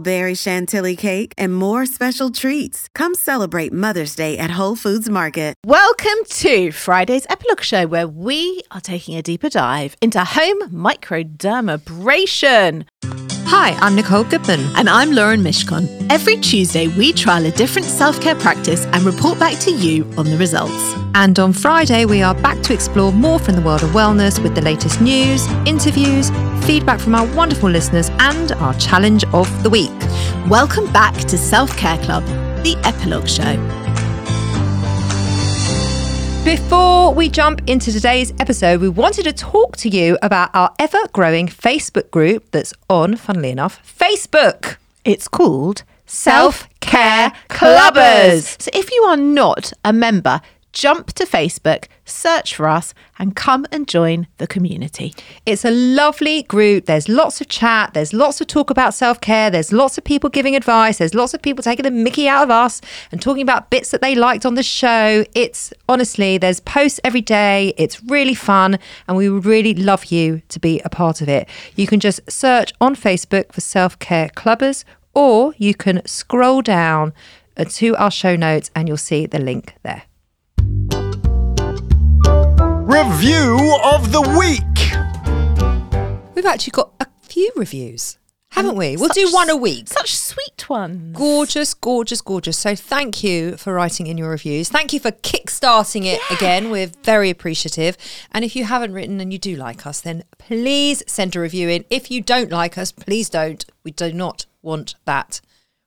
berry chantilly cake, and more special treats. Come celebrate Mother's Day at Whole Foods Market. Welcome to Friday's Epilogue Show, where we are taking a deeper dive into home microdermabrasion. Hi, I'm Nicole Goodman. And I'm Lauren Mishkon. Every Tuesday, we trial a different self care practice and report back to you on the results. And on Friday, we are back to explore more from the world of wellness with the latest news, interviews, feedback from our wonderful listeners, and our challenge of the week. Welcome back to Self Care Club, the Epilogue Show. Before we jump into today's episode, we wanted to talk to you about our ever growing Facebook group that's on, funnily enough, Facebook. It's called Self Care Clubbers. Clubbers. So if you are not a member, jump to Facebook, search for us, and come and join the community. It's a lovely group. There's lots of chat. There's lots of talk about self care. There's lots of people giving advice. There's lots of people taking the mickey out of us and talking about bits that they liked on the show. It's honestly, there's posts every day. It's really fun. And we would really love you to be a part of it. You can just search on Facebook for Self Care Clubbers, or you can scroll down uh, to our show notes and you'll see the link there. Review of the week. We've actually got a few reviews, haven't we? We'll do Such- one a week. Such sweet ones. Gorgeous, gorgeous, gorgeous. So thank you for writing in your reviews. Thank you for kickstarting it again. We're very appreciative. And if you haven't written and you do like us, then please send a review in. If you don't like us, please don't. We do not want that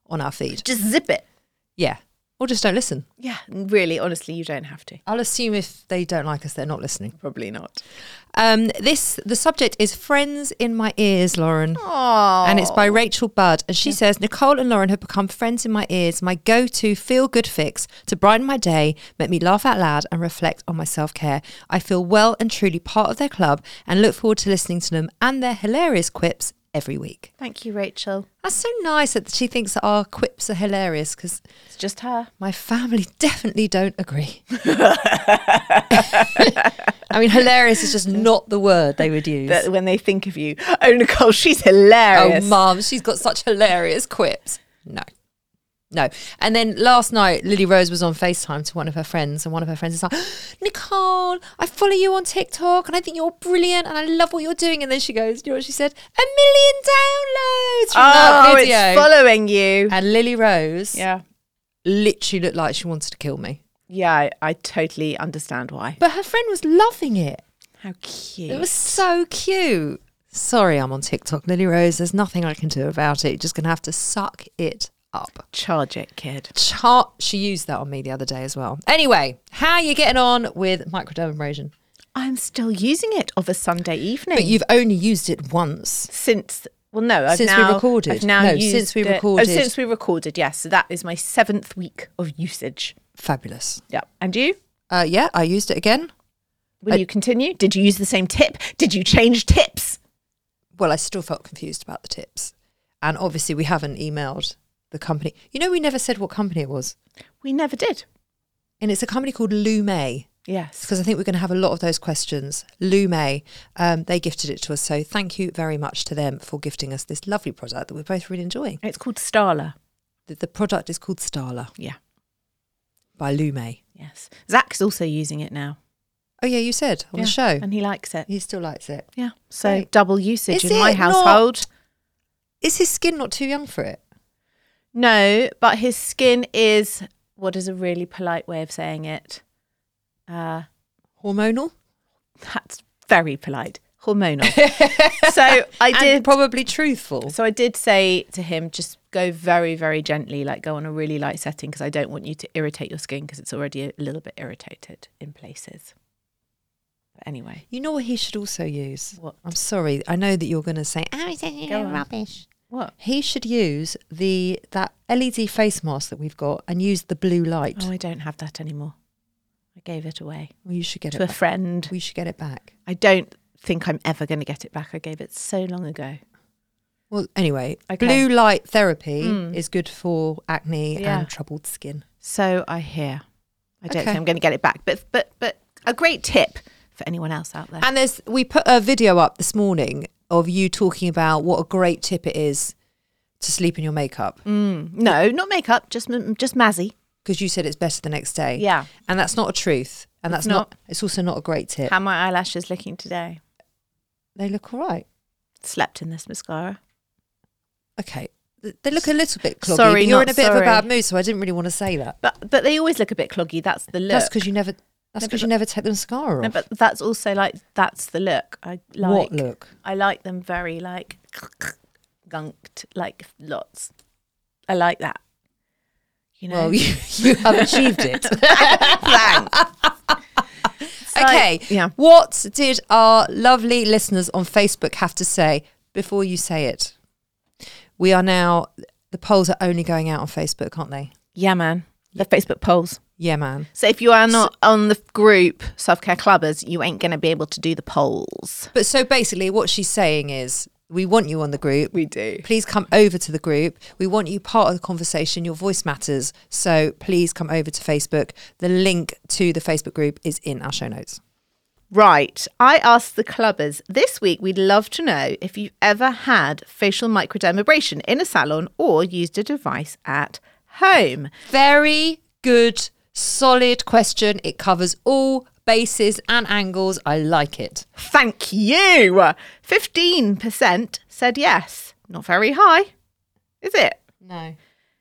on our feed. Just zip it. Yeah. Or just don't listen. Yeah, really, honestly, you don't have to. I'll assume if they don't like us, they're not listening. Probably not. Um, this the subject is friends in my ears, Lauren. Oh, and it's by Rachel Budd. And she says, Nicole and Lauren have become friends in my ears, my go to feel good fix to brighten my day, make me laugh out loud, and reflect on my self care. I feel well and truly part of their club and look forward to listening to them and their hilarious quips every week. Thank you, Rachel. That's so nice that she thinks that our quips are hilarious because It's just her. my family definitely don't agree. I mean, hilarious is just not the word they would use. That when they think of you, oh Nicole, she's hilarious. Oh, mum, she's got such hilarious quips. No. No. And then last night, Lily Rose was on FaceTime to one of her friends, and one of her friends is like, Nicole, I follow you on TikTok, and I think you're brilliant, and I love what you're doing. And then she goes, you know what she said? A million downloads from that Oh, video. it's following you. and Lily Rose Yeah, literally looked like she wanted to kill me. yeah, I, I totally understand why. But her friend was loving it. How cute. It was so cute. Sorry, I'm on TikTok, Lily Rose. There's nothing I can do about it. You're just going to have to suck it up. charge it, kid. chart. She used that on me the other day as well. Anyway, how are you getting on with microdermabrasion? I'm still using it of a Sunday evening. But you've only used it once. since well no I've Since we now, recorded. I've now No, used since we it- oh, recorded. since we recorded yes so that is my seventh week of usage Fabulous. yeah and you Uh, yeah, I used it again. will I- you continue did you use the same tip did you change tips Well, I still felt confused about the tips, and obviously we haven't emailed the company. You know, we never said what company it was, we never did and it's a company called Lume. yes because I think we're going to have a lot of those questions. Lou May, um, they gifted it to us, so thank you very much to them for gifting us this lovely product that we're both really enjoying. it's called Starla The, the product is called Starla yeah by Lou May. yes Zach's also using it now Oh yeah, you said on Yeah, the show. and he likes it He still likes it. yeah so Great. double usage Is in my it not- household Is his skin not too young for it? no but his skin is what is a really polite way of saying it Uh, Hormonal. that's very polite. Hormonal. so I did. And probably truthful. so I did say to him, just go very, very gently, like go on a really light setting because I don't want you to irritate your skin because it's already a little bit irritated in places. But anyway, You know what he should also use? What? I'm sorry. I know that you're going to say, oh, it's Go on. rubbish. what? He should use the that LED face mask that we've got and use the blue light. Oh, I don't have that anymore. I gave it away well, you should get it. to a back. friend. We should get it back. I don't think I'm ever going to get it back. I gave it so long ago. Well, anyway, Okay. blue light therapy Mm. is good for acne Yeah. and troubled skin. So I hear. I don't Okay. think I'm going to get it back. But but but a great tip for anyone else out there. And there's we put a video up this morning of you talking about what a great tip it is to sleep in your makeup Mm, no, not makeup. Just m- just Mazzy. because you said it's better the next day. Yeah. and that's not a truth, It's and that's not. It's also not a great tip. How my eyelashes looking today? they look all right. Slept in this mascara. Okay. Th- They look a little bit cloggy. Sorry, but you're in not a bit of sorry. a bad mood, so I didn't really want to say that. But but they always look a bit cloggy. That's the look. That's because you never. That's No, but- because you never take the mascara off. No, but that's also like that's the look. I like. what look? I like them very like gunked, like lots. I like that. You know. Well, you, you have achieved it. okay. like- yeah. What did our lovely listeners on Facebook have to say before you say it? We are now. The polls are only going out on Facebook, aren't they? yeah, man. The Facebook polls. Yeah, man. So if you are not on the group self care clubbers, you ain't gonna be able to do the polls. But so basically, what she's saying is, we want you on the group. We do. please come over to the group. We want you part of the conversation. Your voice matters. So please come over to Facebook. The link to the Facebook group is in our show notes. Right. I asked the clubbers this week. We'd love to know if you've ever had facial microdermabrasion in a salon or used a device at home. Very good, solid question. It covers all bases and angles. I like it. Thank you. Fifteen percent said yes. Not very high, is it? No.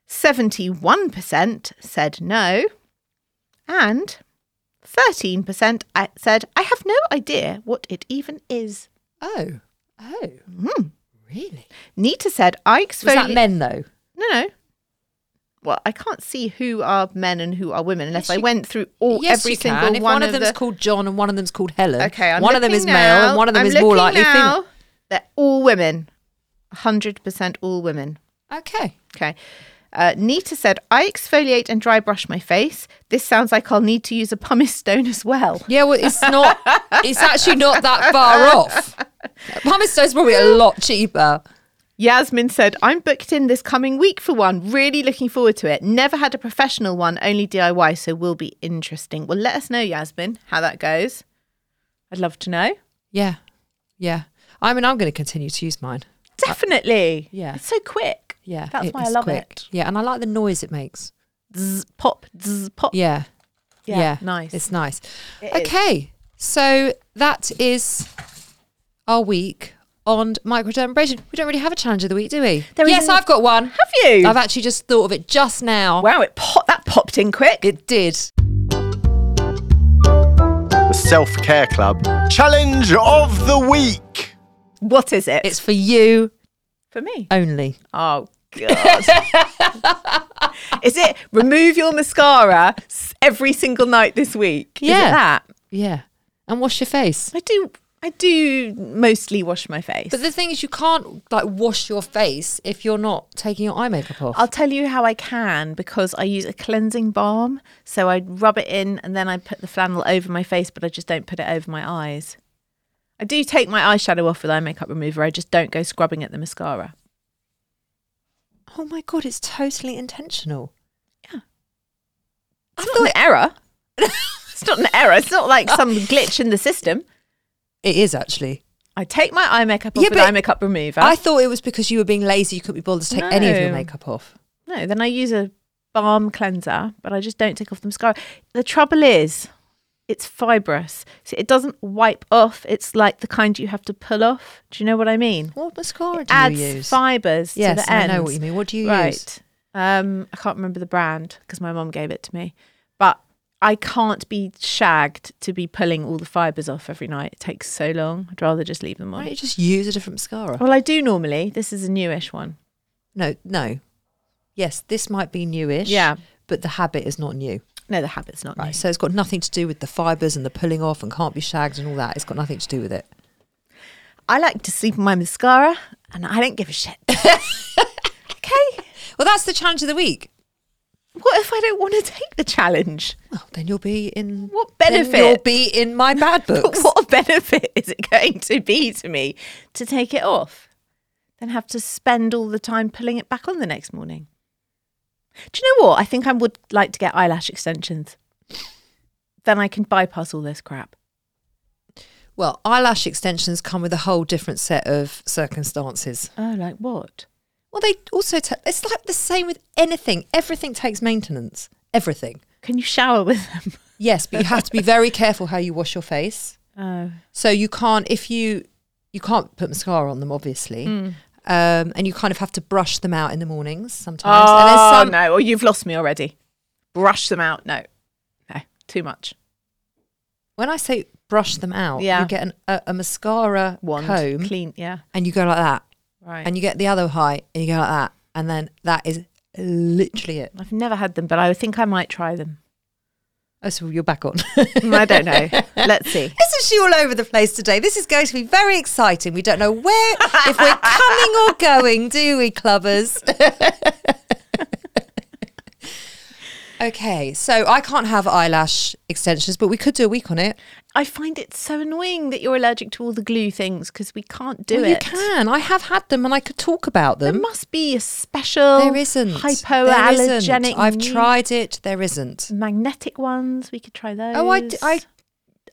71% said no, and 13% I- said, I have no idea what it even is. Oh. Oh. Hmm. Really? Nita said, I Was that exfoliate. men though? No, no. Well, I can't see who are men and who are women unless Yes, I you- went through all Oh, every you single can. If one, of them's the. called John and one of them's called Helen. okay, I'm one of them looking is male now. and one of them I'm is more looking likely now. female. They're all women, 100% all women. Okay. Okay. Uh, Nita said, I exfoliate and dry brush my face. This sounds like I'll need to use a pumice stone as well. Yeah, well, it's not. it's actually not that far off. Pumice stone's probably a lot cheaper. Yasmin said, I'm booked in this coming week for one. Really looking forward to it. Never had a professional one, only DIY, so will be interesting. Well, let us know, Yasmin, how that goes. I'd love to know. Yeah, yeah. I mean, I'm going to continue to use mine. Definitely. yeah. It's so quick. Yeah, That's it why I is love quick. it. Yeah, and I like the noise it makes. Zzz, pop, zzz, pop. Yeah, Yeah, yeah, nice. It's nice. It is. okay, so that is our week on microdermabrasion. We don't really have a challenge of the week, do we? There yes, isn't- I've got one. Have you? I've actually just thought of it just now. wow, it pop- that popped in quick. It did. The Self Care Club Challenge of the Week. What is it? It's uh, for you for me. only. Oh god. Is it remove your mascara s- every single night this week? Is it Yeah. that? Yeah, and wash your face. I do I do mostly wash my face. But the thing is, you can't like wash your face if you're not taking your eye makeup off. I'll tell you how I can because I use a cleansing balm. So I rub it in and then I put the flannel over my face, but I just don't put it over my eyes. I do take my eyeshadow off with eye makeup remover. I just don't go scrubbing at the mascara. oh my god, it's totally intentional. It's not an error. it's not an error. It's not like some glitch in the system. It is actually. I take my eye makeup off Yeah, with but eye makeup remover. I thought it was because you were being lazy. You couldn't be bothered to take any of your No. makeup off. no, then I use a balm cleanser, but I just don't take off the mascara. The trouble is, it's fibrous, so it doesn't wipe off. It's like the kind you have to pull off. Do you know what I mean? What mascara It do adds you use? fibers Yes, to the I end. know what you mean. What do you right. use? Um, I can't remember the brand because my mum gave it to me, but I can't be shagged to be pulling all the fibres off every night. It takes so long. I'd rather just leave them Why on. don't you just use a different mascara? Well, I do normally. This is a newish one. No, no. Yes, this might be newish. Yeah. But the habit is not new. No, the habit's not Right. new. So it's got nothing to do with the fibres and the pulling off and can't be shagged and all that. It's got nothing to do with it. I like to sleep in my mascara, and I don't give a shit. okay. Well, that's the challenge of the week. What if I don't want to take the challenge? Oh, then you'll be in What then You'll benefit? be in my bad But books. what benefit is it going to be to me to take it off? Then have to spend all the time pulling it back on the next morning. Do you know what? I think I would like to get eyelash extensions. Then I can bypass all this crap. Well, eyelash extensions come with a whole different set of circumstances. Oh, like what? Well, they also ta it's like the same with anything. Everything takes maintenance. Everything. Can you shower with them? Yes, but you have to be very careful how you wash your face. Oh, So you can't if you you can't put mascara on them, obviously. Mm. Um, and you kind of have to brush them out in the mornings sometimes. and there's oh some, no! Or you've lost me already. Brush them out. No, no, too much. When I say brush them out, Yeah. you get an, a, a mascara Wand, comb clean. Yeah, and you go like that. right. And you get the other high and you go like that. And then that is literally it. I've never had them, but I think I might try them. Oh, so you're back on. Mm, I don't know. Let's see. Isn't she all over the place today? This is going to be very exciting. We don't know where, if we're coming or going, do we, clubbers? okay, so I can't have eyelash extensions, but we could do a week on it. I find it so annoying that you're allergic to all the glue things because we can't do well, it. You can. I have had them and I could talk about There them. must be a special There isn't. There hypoallergenic. isn't. I've new- tried it. There isn't. magnetic ones. We could try those. Oh, I, d- I,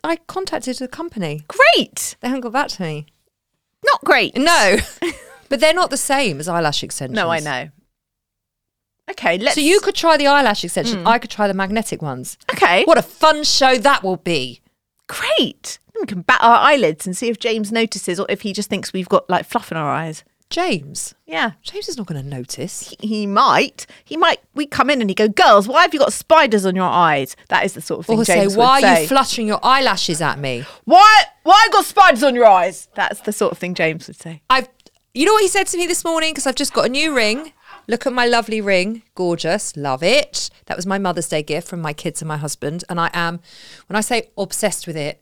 I contacted the company. great, They haven't got back to me. not great. No, but they're not the same as eyelash extensions. no, I know. Okay, let's. Hmm. So you could try the eyelash extension. I could try the magnetic ones. Okay, What a fun show that will be. Great. Then we can bat our eyelids and see if James notices or if he just thinks we've got like fluff in our eyes. James. Yeah. James is not going to notice. He, he might. He might. We come in and he go, girls, why have you got spiders on your eyes? That is the sort of thing Or say, James why would are say. you fluttering your eyelashes at me? why? Why have you got spiders on your eyes? That's the sort of thing James would say. I've, you know what he said to me this morning? Because I've just got a new ring. Look at my lovely ring. Gorgeous. Love it. That was my Mother's Day gift from my kids and my husband. And I am, when I say obsessed with it,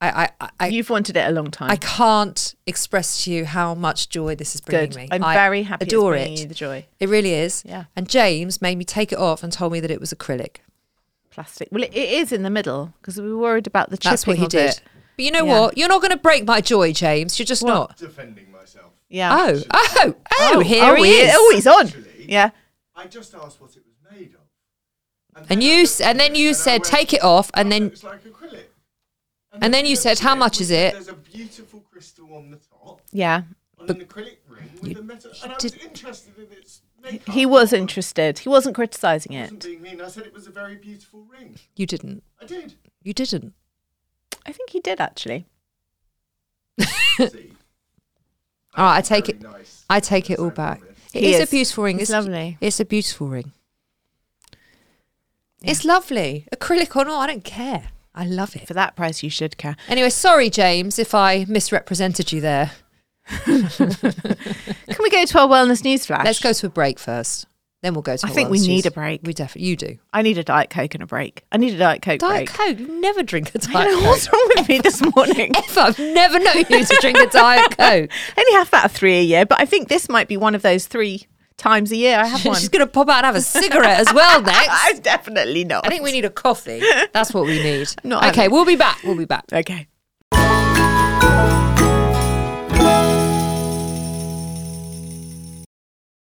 I, I, I, You've wanted it a long time. I can't express to you how much joy this is bringing Good. me. I'm I very happy it's Adore bringing it. you the joy. It really is. Yeah. And James made me take it off and told me that it was acrylic. Plastic. Well, it, it is in the middle because we were worried about the chipping That's what he of did. it. But you know Yeah. what? You're not going to break my joy, James. You're just not. Defending myself. Yeah. Oh, oh, oh, here oh, he is. Oh, he's on. Yeah. I just asked what it was made of. and you, s- and then you said, take it off, and then It's like acrylic. and then you said, how much is it? There's a beautiful crystal on the top, Yeah. on an acrylic ring with a metal. And I was did- interested in its makeup. He was interested. He wasn't criticising I it. wasn't being mean. I said it was a very beautiful ring. You didn't. I did. You didn't. I think he did actually. See, All right, Oh, I take very it. nice. I take it all back. It He is, is. a beautiful ring. It's lovely. It's a beautiful ring. It's lovely. Acrylic or not, I don't care. I love it. For that price, you should care. Anyway, sorry, James, if I misrepresented you there. Can we go to our wellness news flash? Let's go to a break first. Then we'll go to. I our think we wellness need juice. a break. We definitely. You do. I need a diet coke and a break. I need a diet coke Diet break. Coke. You never drink a I diet. don't know what's wrong with me this morning. Coke. Ever. I've never known you to drink a diet Coke. I only have about three a year, but I think this might be one of those three times a year I have one. She's gonna pop out and have a cigarette as well next. I I'm definitely not. think we need a coffee. That's what we need. I'm not okay, having we'll be back. We'll be back. Okay.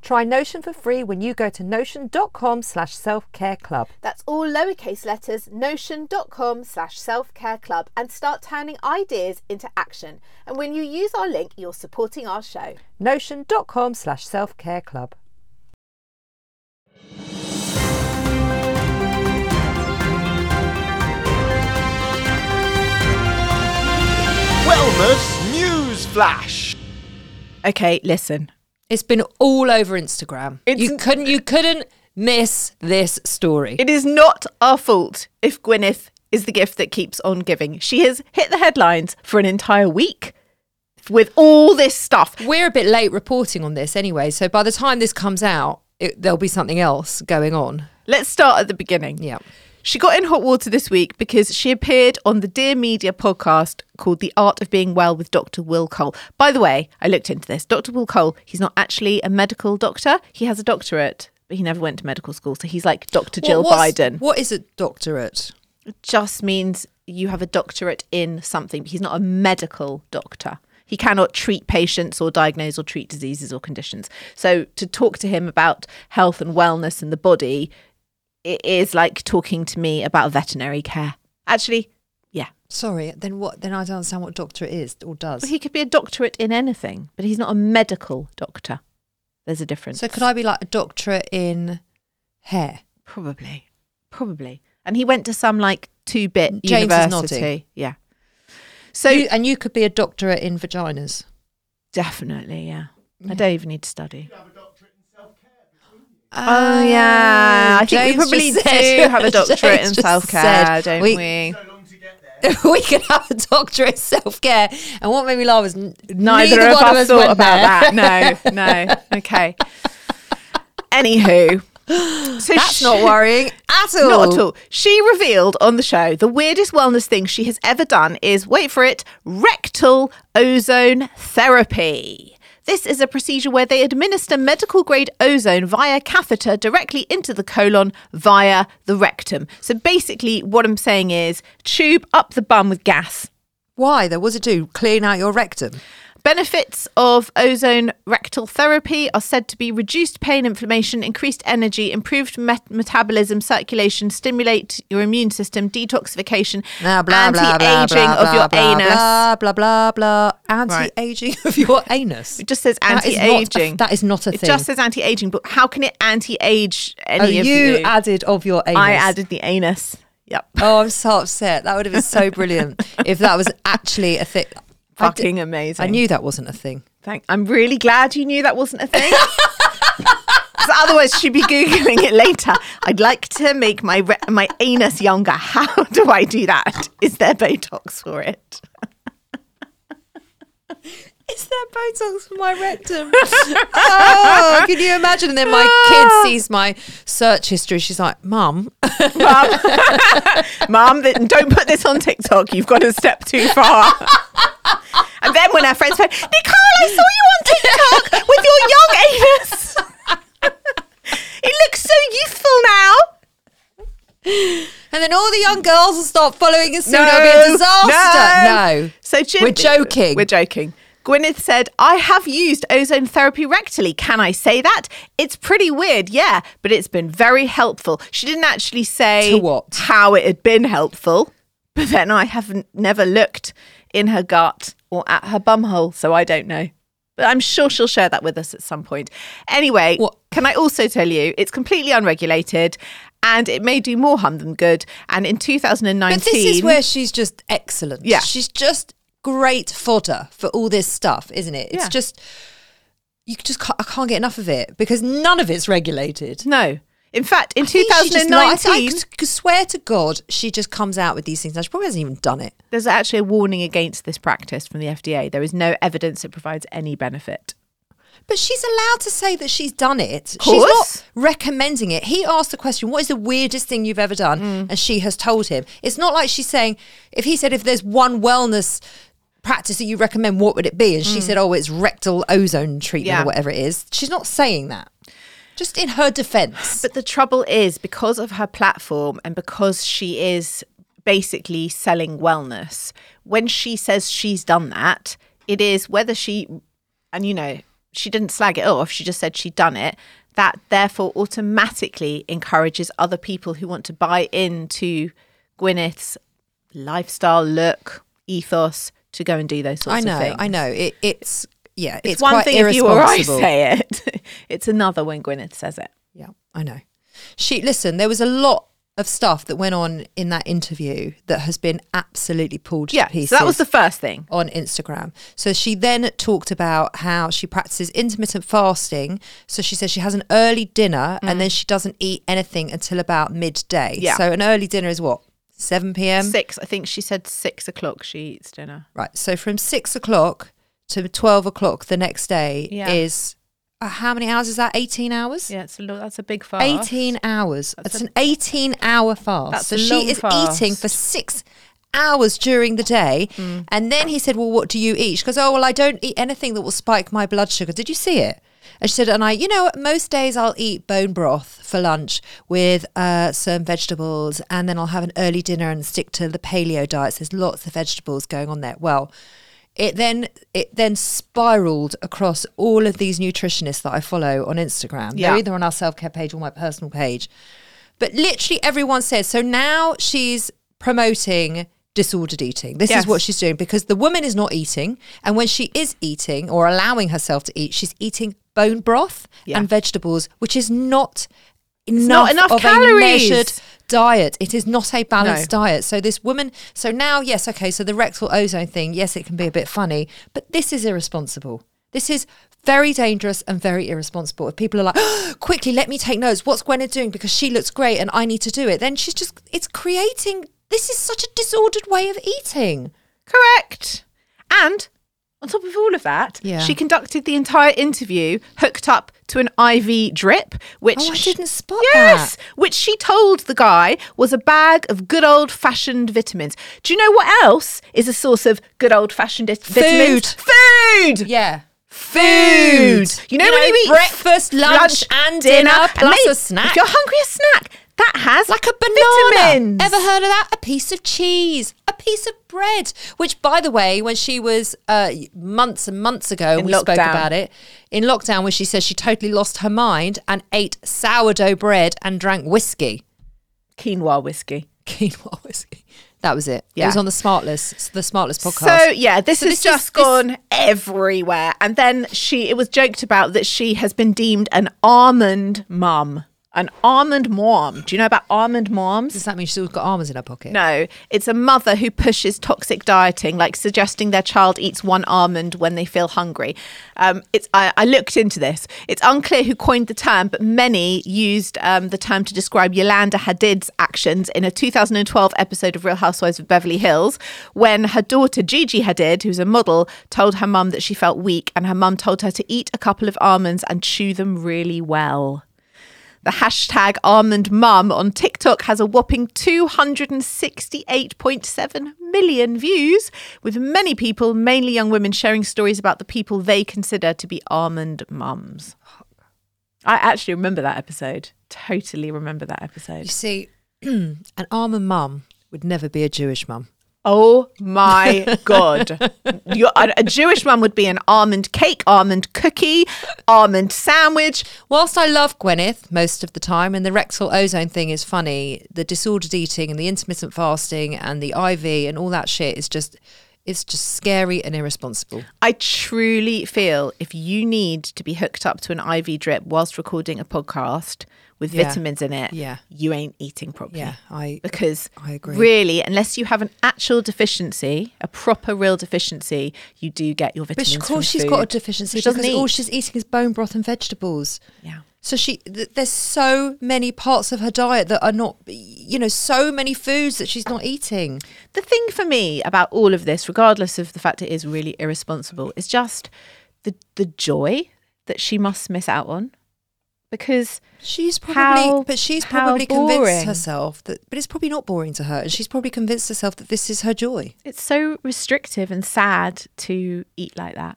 Try Notion for free when you go to notion.com slash self-care club. That's all lowercase letters, notion.com slash self care club, and start turning ideas into action. And when you use our link, you're supporting our show. notion.com slash self-care club. Wellness news flash. Okay, listen. It's been all over Instagram. It's- you couldn't you couldn't miss this story. It is not our fault if Gwyneth is the gift that keeps on giving. She has hit the headlines for an entire week with all this stuff. We're a bit late reporting on this anyway, so by the time this comes out, it, there'll be something else going on. Let's start at the beginning. Yeah. She got in hot water this week because she appeared on the Dear Media podcast called The Art of Being Well with Dr. Will Cole. By the way, I looked into this. Dr. Will Cole, he's not actually a medical doctor, he has a doctorate. But he never went to medical school, so he's like Dr. Jill What- what's- Biden. What is a doctorate? just means you have a doctorate in something. He's not a medical doctor. He cannot treat patients or diagnose or treat diseases or conditions. So to talk to him about health and wellness and the body, it is like talking to me about veterinary care. Actually, yeah. Sorry, then what? Then I don't understand what doctorate is or does. Well, he could be a doctorate in anything, but he's not a medical doctor. There's a difference. so could I be like a doctorate in hair? Probably, probably. And he went to some like two bit James is nodding. university. Yeah. So You- and you could be a doctorate in vaginas. Definitely, yeah. I don't even need to study. Oh, Oh, yeah. I think we James probably just do have a doctorate James in just self-care, said don't we, we? we could have a doctorate in self care. And what made me laugh was n- Neither, neither of one us thought went about there. that. No, no. Okay. Anywho, so That's she- not worrying at all. Not at all. She revealed on the show the weirdest wellness thing she has ever done is wait for it rectal ozone therapy. This is a procedure where they administer medical grade ozone via catheter directly into the colon via the rectum. So basically, what I'm saying is tube up the bum with gas Why? Though, what's it do? Clean out your rectum. Benefits of ozone rectal therapy are said to be reduced pain, inflammation, increased energy, improved met- metabolism, circulation, stimulate your immune system, detoxification, Blah, blah, blah, blah, anti-aging blah, of your blah, anus. Blah, blah, blah, blah. Anti-aging of your anus. It just says That is not a- anti-aging. that is not a It thing. just says anti-aging, but how can it anti-age any Oh, of you? you added of your anus. I added the anus. Yep. Oh, I'm so upset. That would have been so brilliant if that was actually a thing. I d- Fucking amazing. I knew that wasn't a thing. Thank. I'm really glad you knew that wasn't a thing. 'Cause otherwise, she'd be googling it later. I'd like to make my re- my anus younger. How do I do that? Is there Botox for it? Is there Botox for my rectum? oh, can you imagine? And then my kid sees my search history. She's like, Mum, Mum, Mum, Um, th- don't put this on TikTok. You've got a step too far. And then when our friends said, Nicole, I saw you on TikTok with your young anus. it looks so youthful now. And then all the young girls will start following us soon. It'll be a disaster. No. So Jim, We're joking. We're joking. Gwyneth said, I have used ozone therapy rectally. Can I say that? It's pretty weird, yeah, but it's been very helpful. She didn't actually say To what? how it had been helpful, but then I haven't never looked in her gut or at her bumhole, so I don't know. But I'm sure she'll share that with us at some point. Anyway, What- can I also tell you it's completely unregulated and it may do more harm than good. And in 2019, But this is where she's just excellent. Yeah. She's just great fodder for all this stuff, isn't it? It's Yeah. just, you just can't, I can't get enough of it because none of it's regulated. No. In fact, in I think she just lies. I, 2019, could- could swear to God, she just comes out with these things. Now, she probably hasn't even done it. there's actually a warning against this practice from the FDA. There is no evidence it provides any benefit. But she's allowed to say that she's done it. She's course. not recommending it. He asked the question, What is the weirdest thing Mm. you've ever done? And she has told him. It's not like she's saying, if he said, if there's one wellness practice that you recommend, what would it be? And she said, oh, it's rectal ozone treatment Mm. Yeah. or whatever it is. She's not saying that. Just in her defense. But the trouble is because of her platform and because she is basically selling wellness, when she says she's done that, it is whether she, and you know, she didn't slag it off, she just said she'd done it. That therefore automatically encourages other people who want to buy into Gwyneth's lifestyle look, ethos to go and do those sorts I know, of things. I know. It, it's, yeah, it's, It's, one quite thing if you irresponsible. or I say it, it's another when Gwyneth says it. Yeah, I know. She listen, there was a lot of stuff that went on in that interview that has been absolutely pulled Yeah. to pieces. So that was the first thing. on Instagram. So she then talked about how she practices intermittent fasting. So she says she has an early dinner and then she doesn't eat anything until about midday. Mm. Yeah. So an early dinner is what? 7 p.m.? six. I think she said six o'clock she eats dinner. Right. So from six o'clock to 12 o'clock the next day Yeah. is uh, how many hours is that? 18 hours? Yeah, it's a lo- that's a big fast. 18 hours. That's it's a- an 18 hour fast. That's so a she long is fast. Mm. eating for six hours during the day. And then he said, Well, what do you eat? She goes, Oh, well, I don't eat anything that will spike my blood sugar. Did you see it? And she said, and I, you know, most days I'll eat bone broth for lunch with uh, some vegetables, and then I'll have an early dinner and stick to the paleo diet. So There's lots of vegetables going on there. Well, it then it then spiraled across all of these nutritionists that I follow on Instagram. Yeah. They're either on our self care page or my personal page. But literally everyone says so now she's promoting disordered eating. This Yes. is what she's doing because the woman is not eating. And when she is eating or allowing herself to eat, she's eating bone broth Yeah. and vegetables, which is not enough, not enough of a calories. measured diet. It is not a balanced No. diet. So this woman, so now, yes, okay, so the rectal ozone thing, yes, it can be a bit funny, but this is irresponsible. This is very dangerous and very irresponsible. If people are like, quickly, let me take notes. What's Gwenna doing? Because she looks great and I need to do it. Then she's just, it's creating, this is such a disordered way of eating. Correct. And on top of all of that, Yeah. she conducted the entire interview hooked up to an IV drip, which Oh, I she- didn't spot yes, that. which she told the guy was a bag of good old fashioned vitamins. Do you know what else is a source of good old fashioned vitamins? Food. Yeah. food. You know, when you eat breakfast, lunch, and dinner, plus mate, a snack. If you're hungry, a snack that has like a banana. Vitamins. Ever heard of that? A piece of cheese, a piece of bread. Which, by the way, when she was uh, months and months ago, and In we spoke lockdown. about it in lockdown, where she says she totally lost her mind and ate sourdough bread and drank whiskey, quinoa whiskey. quinoa whiskey. That was it. It Yeah. was on the Smartless, the Smartless podcast. So yeah, this So has this is- just this- gone everywhere. And then she, it was joked about that she has been deemed an almond mum, an almond mom. Do you know about almond moms? Does that mean she's got almonds in her pocket? No, it's a mother who pushes toxic dieting, like suggesting their child eats one almond when they feel hungry. Um, it's I, I looked into this. It's unclear who coined the term, but many used um, the term to describe Yolanda Hadid's actions in a 2012 episode of Real Housewives of Beverly Hills, when her daughter Gigi Hadid, who's a model, told her mum that she felt weak, and her mum told her to eat a couple of almonds and chew them really well. The hashtag almond mum on TikTok has a whopping 268.7 million views, with many people, mainly young women, sharing stories about the people they consider to be almond mums. I actually remember that episode. Totally remember that You episode. see, an almond mum would never be a Jewish mum. Oh my God. Your- a, a Jewish mum would be an almond cake, almond cookie, almond sandwich. Whilst I love Gwyneth most of the time, and the rectal ozone thing is funny, the disordered eating and the intermittent fasting and the IV and all that shit is just. It's just scary and irresponsible. I truly feel if you need to be hooked up to an IV drip whilst recording a podcast with Yeah. vitamins in it, Yeah. you ain't eating properly. Yeah, I Because I agree. really, unless you have an actual deficiency, a proper real deficiency, you do get your but vitamins. of course from she's got a food, deficiency which doesn't because all eat. she's eating is bone broth and vegetables. yeah. So she th- there's so many parts of her diet that are not, you know, so many foods that she's not eating. The thing for me about all of this, regardless of the fact it is really irresponsible, is just the the joy that she must miss out on. because She's probably, How- but she's how probably boring. convinced herself that, but it's probably not boring to her, and she's probably convinced herself that this is her joy. it's so restrictive and sad to eat like that.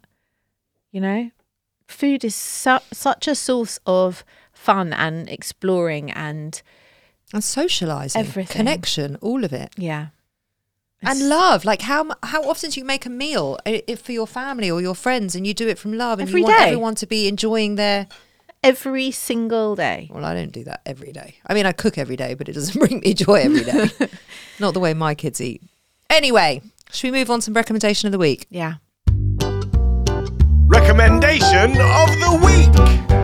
You know, food is su- such a source of fun and exploring and And socializing, Everything. connection, all of it, yeah. and love. Like how mu- how often do you make a meal i- i- for your family or your friends, and you do it from love, and Every you want day. everyone to be enjoying their. every single day. Well, I don't do that every day. I mean, I cook every day, but it doesn't bring me joy every day. not the way my kids eat. Anyway, should we move on to recommendation of the week? Yeah. Recommendation of the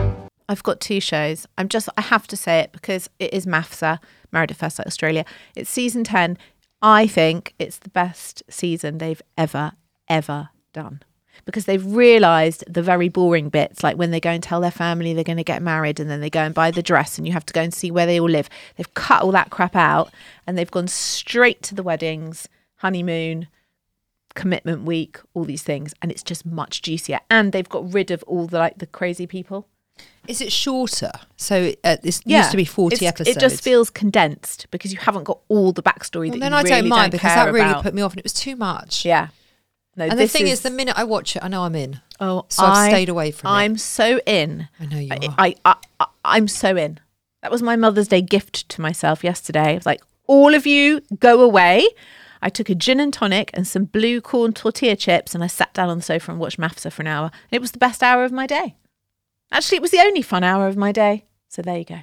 week. I've got two shows. I'm just I have to say it because it is MAFSA, Married at First Sight Australia. It's season ten. I think it's the best season they've ever, ever done. Because they've realised the very boring bits, like when they go and tell their family they're going to get married and then they go and buy the dress and you have to go and see where they all live. They've cut all that crap out and they've gone straight to the weddings, honeymoon, commitment week, all these things. And it's just much juicier. And they've got rid of all the like the crazy people. Is it shorter? So uh, this used to be forty It's- episodes. It just feels condensed because you haven't got all the backstory that Well, then you I really don't mind because care that really about. put me off, and it was too much. Yeah. No, and the this thing is, the minute I watch it, I know I'm in. oh, so I've stayed away from it. I'm so in. I know you are. I, I, I, I'm so in. That was my Mother's Day gift to myself yesterday. I was like, all of you go away. I took a gin and tonic and some blue corn tortilla chips, and I sat down on the sofa and watched MAFSA for an hour. And it was the best hour of my day. Actually, it was the only fun hour of my day. So there you go.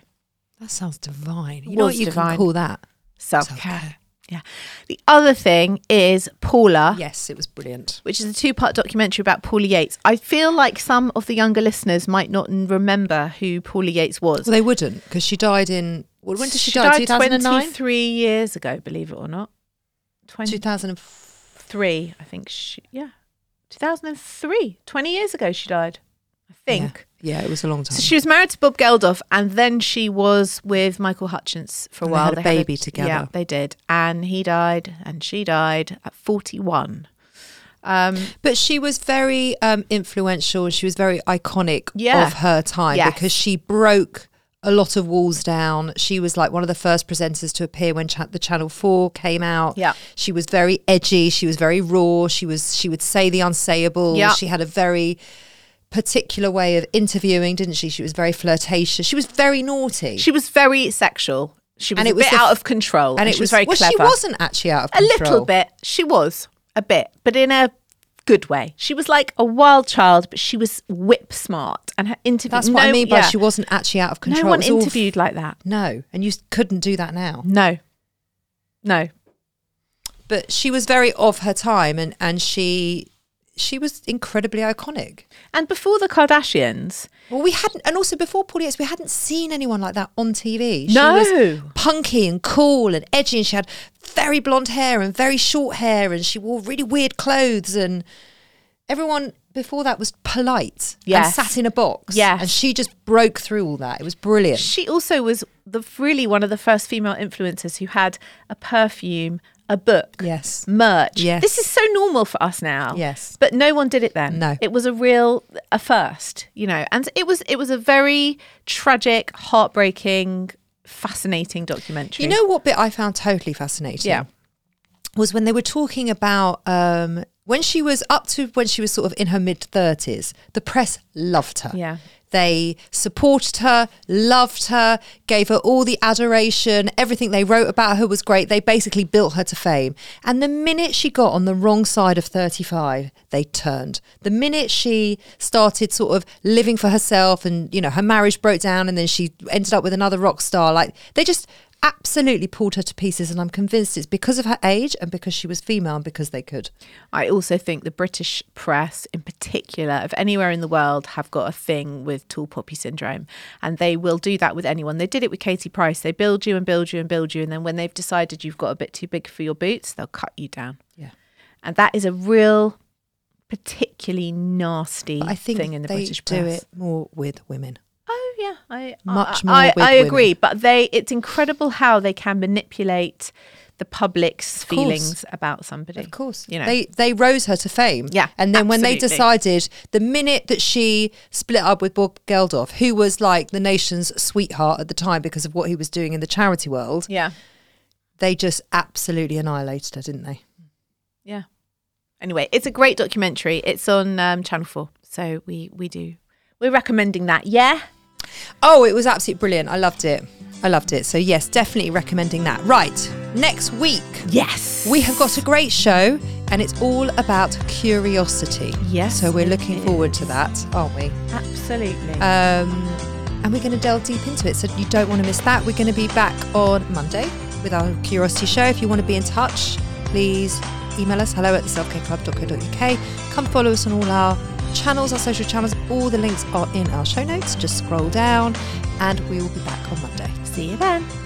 That sounds divine. You know was what you divine. can call that? Self Self-care. care. Yeah. The other thing is Paula, Yes, it was brilliant. which is a two part documentary about Paula Yates. I feel like some of the younger listeners might not n- remember who Paula Yates was. Well, they wouldn't because she died in. Well, when did she, die? died 2009? 23 years ago, believe it or not. 2004. 23, I think she, yeah. 2003, 20 years ago she died, I think. Yeah. Yeah, it was a long time. So she was married to Bob Geldof, and then she was with Michael Hutchence for a And they while. had a baby together. Yeah, they did, and he died, and she died at forty-one. Um, But she was very um, influential. She was very iconic Yeah. of her time Yes. because she broke a lot of walls down. She was like one of the first presenters to appear when cha- the Channel Four came out. Yeah. she was very edgy. She was very raw. She was she would say the unsayable. Yeah. she had a very particular way of interviewing, didn't she? She was very flirtatious. She was very naughty. she was very sexual. She was And a it was bit the f- out of control, and, and it she was, very well, clever. She wasn't actually out of a control. little bit. She was a bit, but in a good way. She was like a wild child, but she was whip smart, and her interview. That's what I no- mean by yeah. she wasn't actually out of control. No one It was all f- interviewed like that. No, and you s- couldn't do that now. No, no. but she was very of her time and and she she was incredibly iconic. And before the Kardashians, Well, we hadn't, and also before Paul Yates, we hadn't seen anyone like that on TV. She No. was punky and cool and edgy, and she had very blonde hair and very short hair, and she wore really weird clothes. And everyone before that was polite and Yes. sat in a box. Yes. and she just broke through all that. It was brilliant. She also was the really one of the first female influencers who had a perfume, a book, Yes. merch. Yes. This is so normal for us now. Yes. But no one did it then. No. It was a real a first, you know. And it was it was a very tragic, heartbreaking, fascinating documentary. You know what bit I found totally fascinating? Yeah. Was when they were talking about um, when she was up to when she was sort of in her mid 30s, the press loved her. Yeah. They supported her, loved her, gave her all the adoration. Everything they wrote about her was great. They basically built her to fame. And the minute she got on the wrong side of 35, they turned. The minute she started sort of living for herself and, you know, her marriage broke down and then she ended up with another rock star, like they just absolutely pulled her to pieces. And I'm convinced it's because of her age and because she was female and because they could. I also think the British press, in particular, of anywhere in the world, have got a thing with tall poppy syndrome. And they will do that with anyone. They did it with Katie Price. They build you and build you and build you. And then when they've decided you've got a bit too big for your boots, they'll cut you down. Yeah. And that is a real, particularly nasty But I think thing in the they British do press. it more with women. Oh yeah, I Much I, more with I, I agree, women. but they it's incredible how they can manipulate the public's course. feelings about somebody. Of course, You know. they they rose her to fame. Yeah, and then when they absolutely. decided the minute that she split up with Bob Geldof, who was like the nation's sweetheart at the time because of what he was doing in the charity world, yeah. they just absolutely annihilated her, didn't they? Yeah. Anyway, it's a great documentary. It's on um, Channel 4. So we, we do. We're recommending that. Yeah. Oh, it was absolutely brilliant. I loved it. I loved it. So yes, definitely recommending that. Right, next week Yes. we have got a great show, and it's all about curiosity. Yes, so we're it looking forward to that, aren't we? Absolutely. Um, and we're going to delve deep into it. So you don't want to miss that. We're going to be back on Monday with our Curiosity Show. If you want to be in touch, please email us hello at the selfcareclub.co.uk. Come follow us on all our channels, our social channels. All the links are in our show notes. Just scroll down and we will be back on Monday. See you then.